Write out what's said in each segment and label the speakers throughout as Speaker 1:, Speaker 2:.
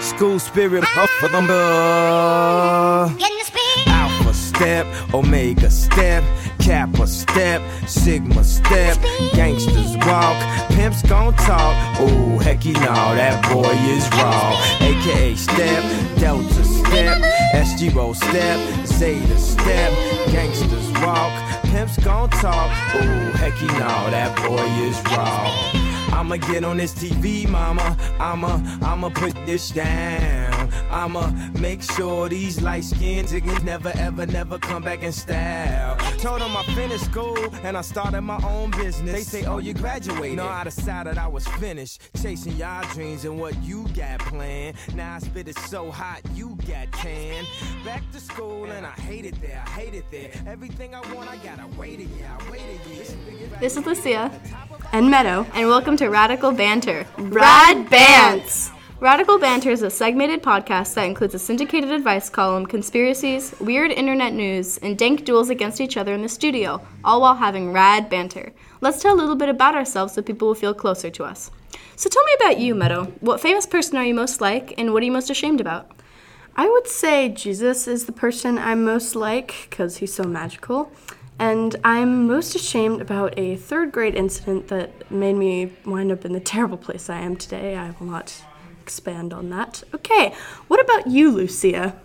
Speaker 1: School spirit, puff of them. uh,
Speaker 2: Can you speak?
Speaker 1: Alpha step, Omega step, Kappa step, Sigma step. Gangsters walk, pimps gon' talk. Ooh, hecky no, that boy is raw. AKA step, Delta step, SGO step, Zeta step. Gangsters walk, pimps gon' talk. Ooh, hecky no, that boy is raw. I'ma get on this TV, mama. I'ma, I'ma put this down. I'ma make sure these light skinned niggas never, ever, never come back in style. Told them I finished school and I started my own business. They say, oh, you graduated. No, I decided I was finished chasing y'all dreams and what you got planned. Now I spit it so hot, you got canned. Back to school and I hate it there, I hate it there. Everything I want, I gotta wait a year, I wait a year.
Speaker 3: This is Lucia and Meadow, and welcome to Radical Banter. Rad Bants! Radical Banter is a segmented podcast that includes a syndicated advice column, conspiracies, weird internet news, and dank duels against each other in the studio, all while having rad banter. Let's tell a little bit about ourselves so people will feel closer to us. So tell me about you, Meadow. What famous person are you most like, and what are you most ashamed about?
Speaker 4: I would say Jesus is the person I'm most like because he's so magical. And I'm most ashamed about a third grade incident that made me wind up in the terrible place I am today. I will not expand on that. Okay, what about you, Lucia?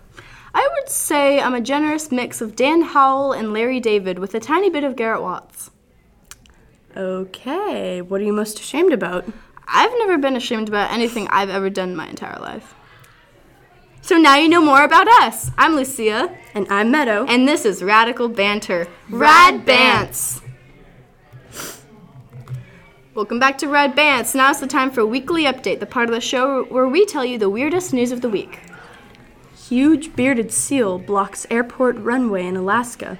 Speaker 3: I would say I'm a generous mix of Dan Howell and Larry David with a tiny bit of Garrett Watts.
Speaker 4: Okay, what are you most ashamed about?
Speaker 3: I've never been ashamed about anything I've ever done in my entire life. So now you know more about us. I'm Lucia,
Speaker 4: And I'm Meadow.
Speaker 3: and this is Radical Banter. Rad Bants! Welcome back to Rad Bants. Now it's the time for Weekly Update, the part of the show where we tell you the weirdest news of the week.
Speaker 4: Huge bearded seal blocks airport runway in Alaska.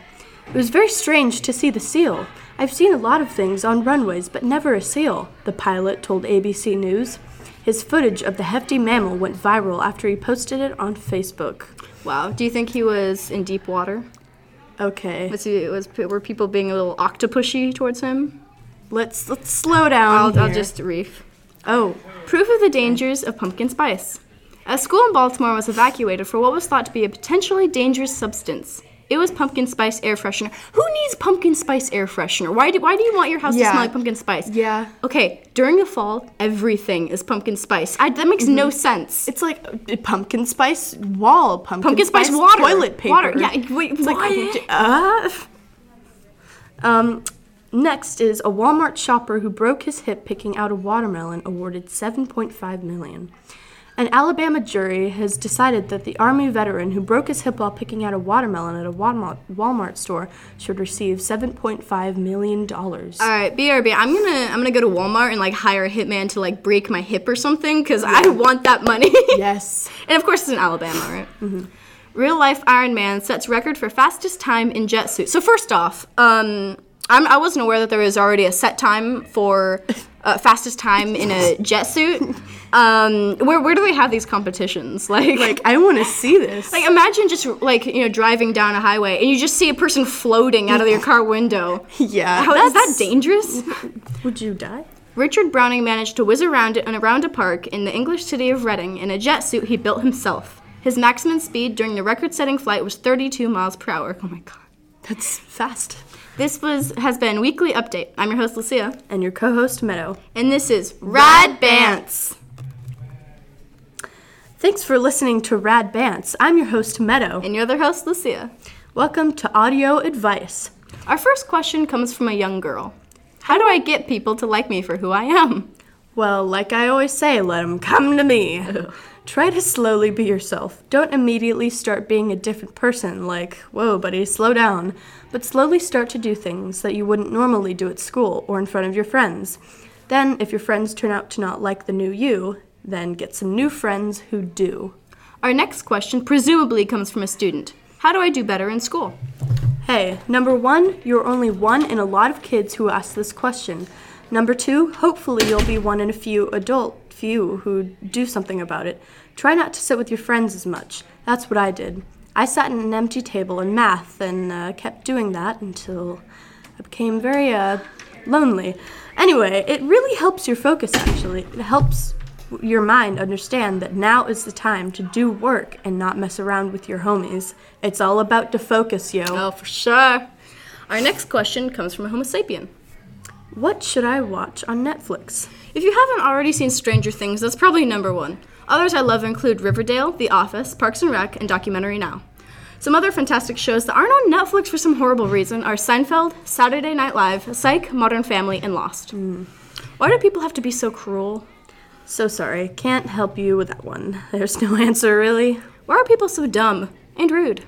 Speaker 4: It was very strange to see the seal. I've seen a lot of things on runways, but never a seal, the pilot told ABC News. His footage of the hefty mammal went viral after he posted it on Facebook.
Speaker 3: Wow, do you think he was in deep water?
Speaker 4: Okay,
Speaker 3: Was he, was, were people being a little octopushy towards him?
Speaker 4: let's let's slow down.
Speaker 3: I'll, I'll
Speaker 4: here.
Speaker 3: just reef.
Speaker 4: Oh,
Speaker 3: Proof of the dangers of pumpkin spice. A school in Baltimore was evacuated for what was thought to be a potentially dangerous substance. It was pumpkin spice air freshener. Who needs pumpkin spice air freshener? Why do, why do you want your house to
Speaker 4: Yeah.
Speaker 3: smell like pumpkin spice?
Speaker 4: Yeah.
Speaker 3: Okay, during the fall, everything is pumpkin spice. I, that makes no sense.
Speaker 4: Mm-hmm. it's like a pumpkin spice wall, pumpkin,
Speaker 3: pumpkin spice, water.
Speaker 4: toilet paper.
Speaker 3: Water. Yeah, wait,
Speaker 4: It's like,
Speaker 3: why?
Speaker 4: uh, um, next is a Walmart shopper who broke his hip picking out a watermelon awarded 7.5 million. An Alabama jury has decided that the Army veteran who broke his hip while picking out a watermelon at a Walmart, Walmart store should receive 7.5 million dollars.
Speaker 3: All right, BRB. I'm gonna I'm gonna go to Walmart and like hire a hitman to like break my hip or something because I want that money.
Speaker 4: Yes.
Speaker 3: And of course, it's in Alabama, right? Mm-hmm. Real life Iron Man sets record for fastest time in jet suit. So first off, um, I'm, I wasn't aware that there was already a set time for uh, fastest time in a jet suit. Um, where where do they have these competitions? Like
Speaker 4: Like I want to see this.
Speaker 3: like, imagine just like you know driving down a highway and you just see a person floating out of your car window.
Speaker 4: yeah.
Speaker 3: How is that
Speaker 4: that's-
Speaker 3: dangerous?
Speaker 4: Would you die?
Speaker 3: Richard Browning managed to whiz around and around a park in the English city of Reading in a jet suit he built himself. His maximum speed during the record-setting flight was 32 miles per hour. Oh my god.
Speaker 4: That's fast.
Speaker 3: This was has been weekly update. I'm your host Lucia,
Speaker 4: And your co-host Meadow.
Speaker 3: and this is Rad Bants.
Speaker 4: Thanks for listening to Rad Bants. I'm your host Meadow.
Speaker 3: And your other host Lucia.
Speaker 4: Welcome to Audio Advice.
Speaker 3: Our first question comes from a young girl. How do I get people to like me for who I am?
Speaker 4: Well, like I always say, let 'em come to me. Try to slowly be yourself. Don't immediately start being a different person, like, whoa, buddy, slow down. But slowly start to do things that you wouldn't normally do at school or in front of your friends. Then, if your friends turn out to not like the new you, then get some new friends who do.
Speaker 3: Our next question presumably comes from a student. How do I do better in school?
Speaker 4: Hey, number one, you're only one in a lot of kids who ask this question. Number two, hopefully you'll be one in a few adult few who do something about it. Try not to sit with your friends as much. That's what I did. I sat at an empty table in math and uh, kept doing that until I became very uh, lonely. Anyway, it really helps your focus. Actually, it helps your mind understand that now is the time to do work and not mess around with your homies. It's all about to focus, yo.
Speaker 3: Oh, for sure. Our next question comes from a Homo sapien.
Speaker 4: What should I watch on Netflix?
Speaker 3: If you haven't already seen Stranger Things, that's probably number one. Others I love include Riverdale, The Office, Parks and Rec, and Documentary Now. Some other fantastic shows that aren't on Netflix for some horrible reason are Seinfeld, Saturday Night Live, Psych, Modern Family, and Lost. Why do people have to be so cruel?
Speaker 4: So sorry, can't help you with that one. There's no answer, really.
Speaker 3: Why are people so dumb and rude?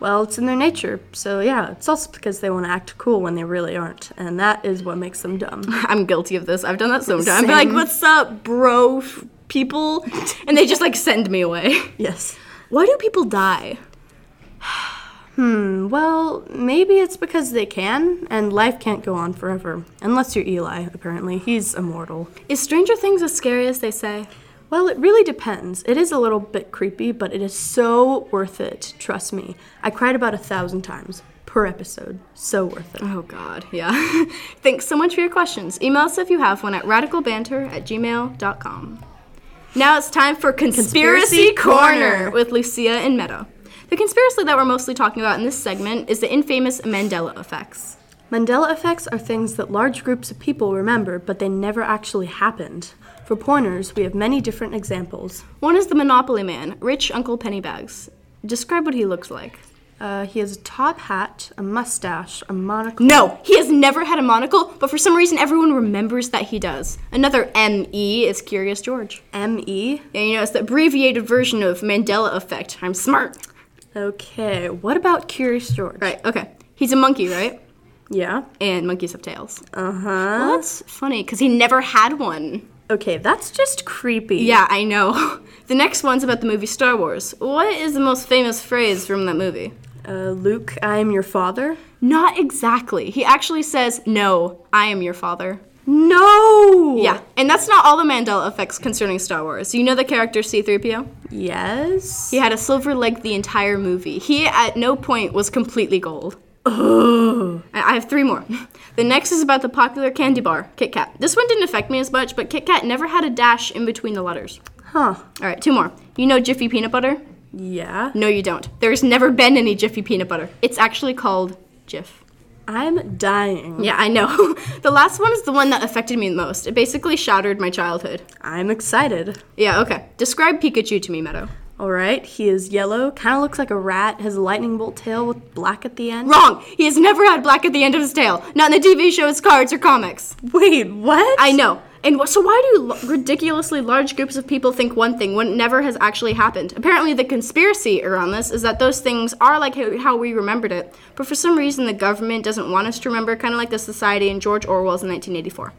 Speaker 4: Well, it's in their nature, so yeah, it's also because they want to act cool when they really aren't, and that is what makes them dumb.
Speaker 3: I'm guilty of this. I've done that sometimes. I've been like, what's up, bro, f- people? And they just like send me away.
Speaker 4: Yes.
Speaker 3: Why do people die?
Speaker 4: Well, maybe it's because they can, and life can't go on forever. Unless you're Eli, apparently. He's immortal.
Speaker 3: Is Stranger Things as scary as they say?
Speaker 4: Well, it really depends. It is a little bit creepy, but it is so worth it. Trust me. I cried about a thousand times per episode. So worth it.
Speaker 3: Oh, God, yeah. Thanks so much for your questions. Email us if you have one at radicalbanter at gmail.com. Now it's time for Conspiracy,
Speaker 4: Conspiracy
Speaker 3: Corner.
Speaker 4: Corner.
Speaker 3: with Lucia and Meta. The conspiracy that we're mostly talking about in this segment is the infamous Mandela effects.
Speaker 4: Mandela effects are things that large groups of people remember, but they never actually happened. For pointers, we have many different examples.
Speaker 3: One is the Monopoly Man, rich Uncle Pennybags. Describe what he looks like.
Speaker 4: Uh, he has a top hat, a mustache, a monocle.
Speaker 3: No, he has never had a monocle, but for some reason everyone remembers that he does. Another ME is Curious George.
Speaker 4: M.E.
Speaker 3: Yeah, you know, it's the abbreviated version of Mandela effect. I'm smart.
Speaker 4: Okay, what about Curious George?
Speaker 3: Right, okay. He's a monkey, right?
Speaker 4: Yeah.
Speaker 3: And monkeys have tails.
Speaker 4: Uh
Speaker 3: Well,
Speaker 4: huh.
Speaker 3: that's funny, because he never had one.
Speaker 4: Okay, that's just creepy.
Speaker 3: Yeah, I know. The next one's about the movie Star Wars. What is the most famous phrase from that movie?
Speaker 4: Uh, Luke, I am your father.
Speaker 3: Not exactly. He actually says, No, I am your father.
Speaker 4: No.
Speaker 3: Yeah, and that's not all the Mandela effects concerning Star Wars. You know the character C3PO?
Speaker 4: Yes.
Speaker 3: He had a silver leg the entire movie. He at no point was completely gold.
Speaker 4: Ugh.
Speaker 3: I I have three more. The next is about the popular candy bar, Kit Kat. This one didn't affect me as much, but Kit Kat never had a dash in between the letters.
Speaker 4: Huh.
Speaker 3: All right, two more. You know Jiffy peanut butter?
Speaker 4: Yeah.
Speaker 3: No, you don't. There's never been any Jiffy peanut butter. It's actually called Jif.
Speaker 4: I'm dying.
Speaker 3: Yeah, I know. the last one is the one that affected me the most. It basically shattered my childhood.
Speaker 4: I'm excited.
Speaker 3: Yeah, okay. Describe Pikachu to me, Meadow.
Speaker 4: All right. He is yellow. Kind of looks like a rat. Has a lightning bolt tail with black at the end.
Speaker 3: Wrong! He has never had black at the end of his tail. Not in the TV shows, cards, or comics.
Speaker 4: Wait. What?
Speaker 3: I know. And wh- so, why do l- ridiculously large groups of people think one thing when it never has actually happened? Apparently, the conspiracy around this is that those things are like how how we remembered it, but for some reason, the government doesn't want us to remember, kind of like the society in George Orwell's 1984.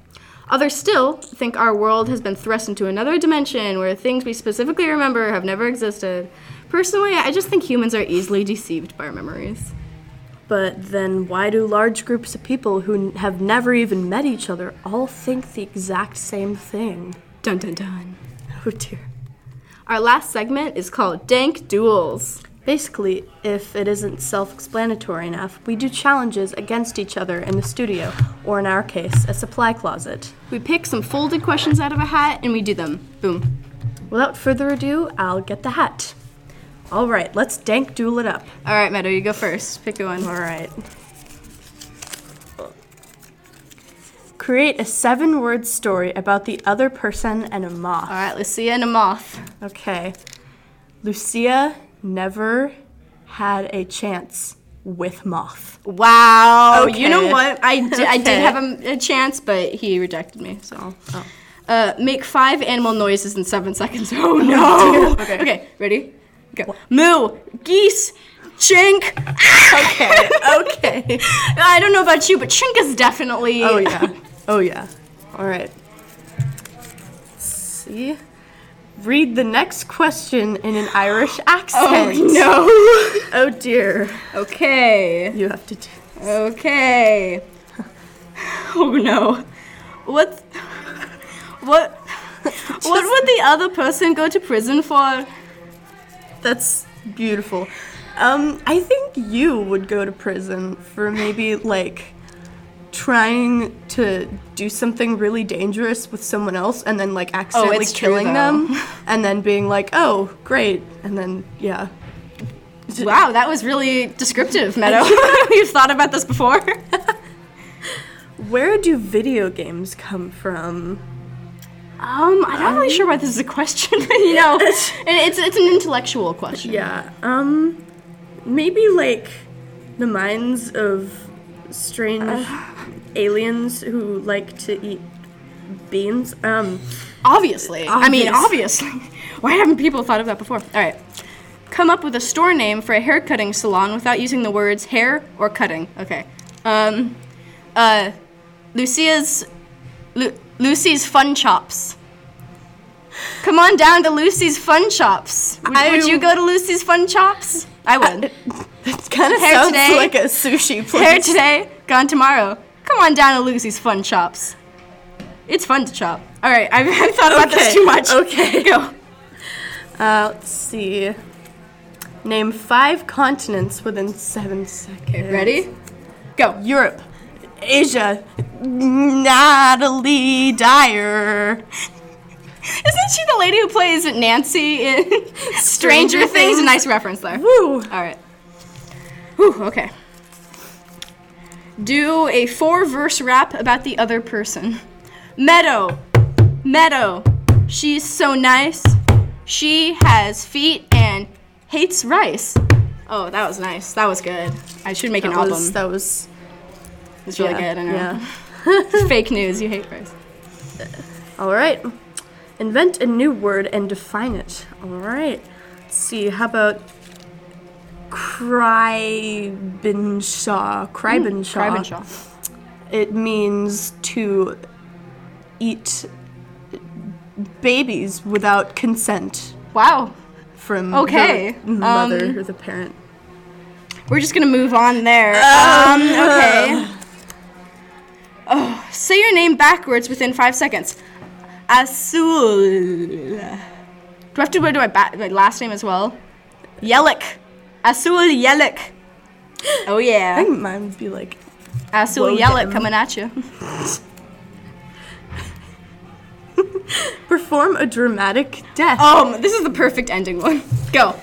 Speaker 3: Others still think our world has been thrust into another dimension where things we specifically remember have never existed. Personally, I just think humans are easily deceived by our memories.
Speaker 4: But then, why do large groups of people who n- have never even met each other all think the exact same thing?
Speaker 3: Dun dun dun.
Speaker 4: Oh dear.
Speaker 3: Our last segment is called Dank Duels.
Speaker 4: Basically, if it isn't self explanatory enough, we do challenges against each other in the studio, or in our case, a supply closet.
Speaker 3: We pick some folded questions out of a hat and we do them. Boom.
Speaker 4: Without further ado, I'll get the hat. Alright, let's dank duel it up.
Speaker 3: All right, Meadow, you go first. Pick a one.
Speaker 4: Alright. Create a seven word story about the other person and a
Speaker 3: All
Speaker 4: moth.
Speaker 3: right, Lucia and a moth.
Speaker 4: Okay. Lucia never had a chance with moth.
Speaker 3: Wow. Oh, You know
Speaker 4: Okay.
Speaker 3: what? I di- I did
Speaker 4: Okay.
Speaker 3: have a, a chance, but he rejected me. So. Uh, make five animal noises in seven seconds. Oh no! okay. okay, ready? Go. Moo, geese, chink.
Speaker 4: Okay, okay.
Speaker 3: I don't know about you, but chink is definitely.
Speaker 4: Oh yeah. Oh yeah. All right. see. Read the next question in an Irish accent.
Speaker 3: Oh
Speaker 4: no. Oh dear.
Speaker 3: no. Okay.
Speaker 4: You have to do.
Speaker 3: Okay. Oh no. What? What? What would the other person go to prison for?
Speaker 4: That's beautiful. Um, I think you would go to prison for maybe like trying to do something really dangerous with someone else and then like accidentally
Speaker 3: it's true,
Speaker 4: killing
Speaker 3: though.
Speaker 4: them and then being like, "Oh, great." And then yeah.
Speaker 3: Wow, that was really descriptive, Meadow. You've thought about this before?
Speaker 4: Where do video games come from?
Speaker 3: Um, I'm not really sure why this is a question. you know, and it's it's an intellectual question.
Speaker 4: Yeah. Um maybe like the minds of strange aliens who like to eat beans. Um
Speaker 3: Obviously. I mean,
Speaker 4: Obvious.
Speaker 3: obviously. Why haven't people thought of that before? All right. Come up with a store name for a hair cutting salon without using the words hair or cutting. Okay. Um, uh, Lucia's, Lu- Lucy's Fun Chops. Come on down to Lucy's Fun Chops. Would,
Speaker 4: I-
Speaker 3: would you go to Lucy's Fun Chops? I
Speaker 4: Uh,
Speaker 3: would.
Speaker 4: It kind of
Speaker 3: Hair
Speaker 4: sounds
Speaker 3: today.
Speaker 4: like a sushi place.
Speaker 3: hair today, gone tomorrow. Come on down to Lucy's Fun Chops. It's fun to chop. All right, I've, I've thought about this
Speaker 4: Okay,
Speaker 3: too much.
Speaker 4: okay.
Speaker 3: Go.
Speaker 4: Uh, let's see. Name five continents within seven seconds.
Speaker 3: Ready? Go.
Speaker 4: Europe, Asia, Natalie Dyer.
Speaker 3: Isn't she the lady who plays Nancy in Stranger Things?
Speaker 4: Things.
Speaker 3: A nice reference there.
Speaker 4: Woo!
Speaker 3: All right. Whew, okay. Do a four verse rap about the other person. Meadow. Meadow. She's so nice. She has feet and hates rice. Oh, that was nice. That was good. I should make an
Speaker 4: That was,
Speaker 3: album.
Speaker 4: that was
Speaker 3: It's really
Speaker 4: yeah,
Speaker 3: good. I know.
Speaker 4: Yeah.
Speaker 3: Fake news. You hate rice.
Speaker 4: All right. Invent a new word and define it. All right. Let's see. How about
Speaker 3: Hmm,
Speaker 4: Crybenshaw? Crybenshaw.
Speaker 3: Cribenshaw.
Speaker 4: It means to eat babies without consent
Speaker 3: Wow.
Speaker 4: from
Speaker 3: Okay,
Speaker 4: the mother or the parent.
Speaker 3: We're just gonna move on there. Um,
Speaker 4: Uh-huh.
Speaker 3: okay. Oh, say your name backwards within five seconds. Asul. Do I have to do my, ba- my last name as well? Yelik. Asul Yelik. Oh
Speaker 4: I
Speaker 3: yeah.
Speaker 4: think mine would be like
Speaker 3: Asul
Speaker 4: Whoa,
Speaker 3: Yelik
Speaker 4: damn.
Speaker 3: coming at you.
Speaker 4: perform a dramatic death.
Speaker 3: Um, this is the perfect ending one. Go.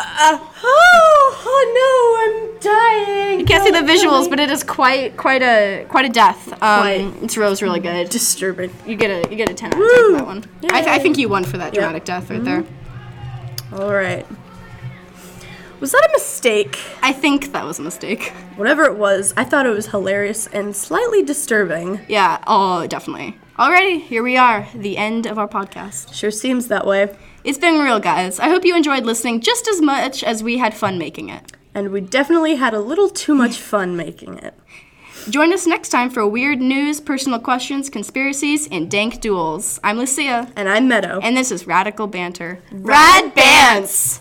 Speaker 4: Uh, oh, oh no, I'm dying. Oh,
Speaker 3: You can't see the visuals, but it is quite quite a quite a death.
Speaker 4: Quite.
Speaker 3: Um, it's rose really good.
Speaker 4: disturbing.
Speaker 3: You get a you get a ten out of ten for
Speaker 4: Woo!
Speaker 3: that one. I, th- I
Speaker 4: Yay.
Speaker 3: think you won for that dramatic death right there.
Speaker 4: All right. Was that a mistake?
Speaker 3: I think that was a mistake.
Speaker 4: Whatever it was, I thought it was hilarious and slightly disturbing.
Speaker 3: Yeah, oh, definitely. Alrighty, here we are, the end of our podcast.
Speaker 4: Sure seems that way.
Speaker 3: It's been real, guys. I hope you enjoyed listening just as much as we had fun making it.
Speaker 4: And we definitely had a little too much fun making it.
Speaker 3: Join us next time for weird news, personal questions, conspiracies, and dank duels. I'm Lucia,
Speaker 4: And I'm Meadow.
Speaker 3: and this is Radical Banter. Rad Bands!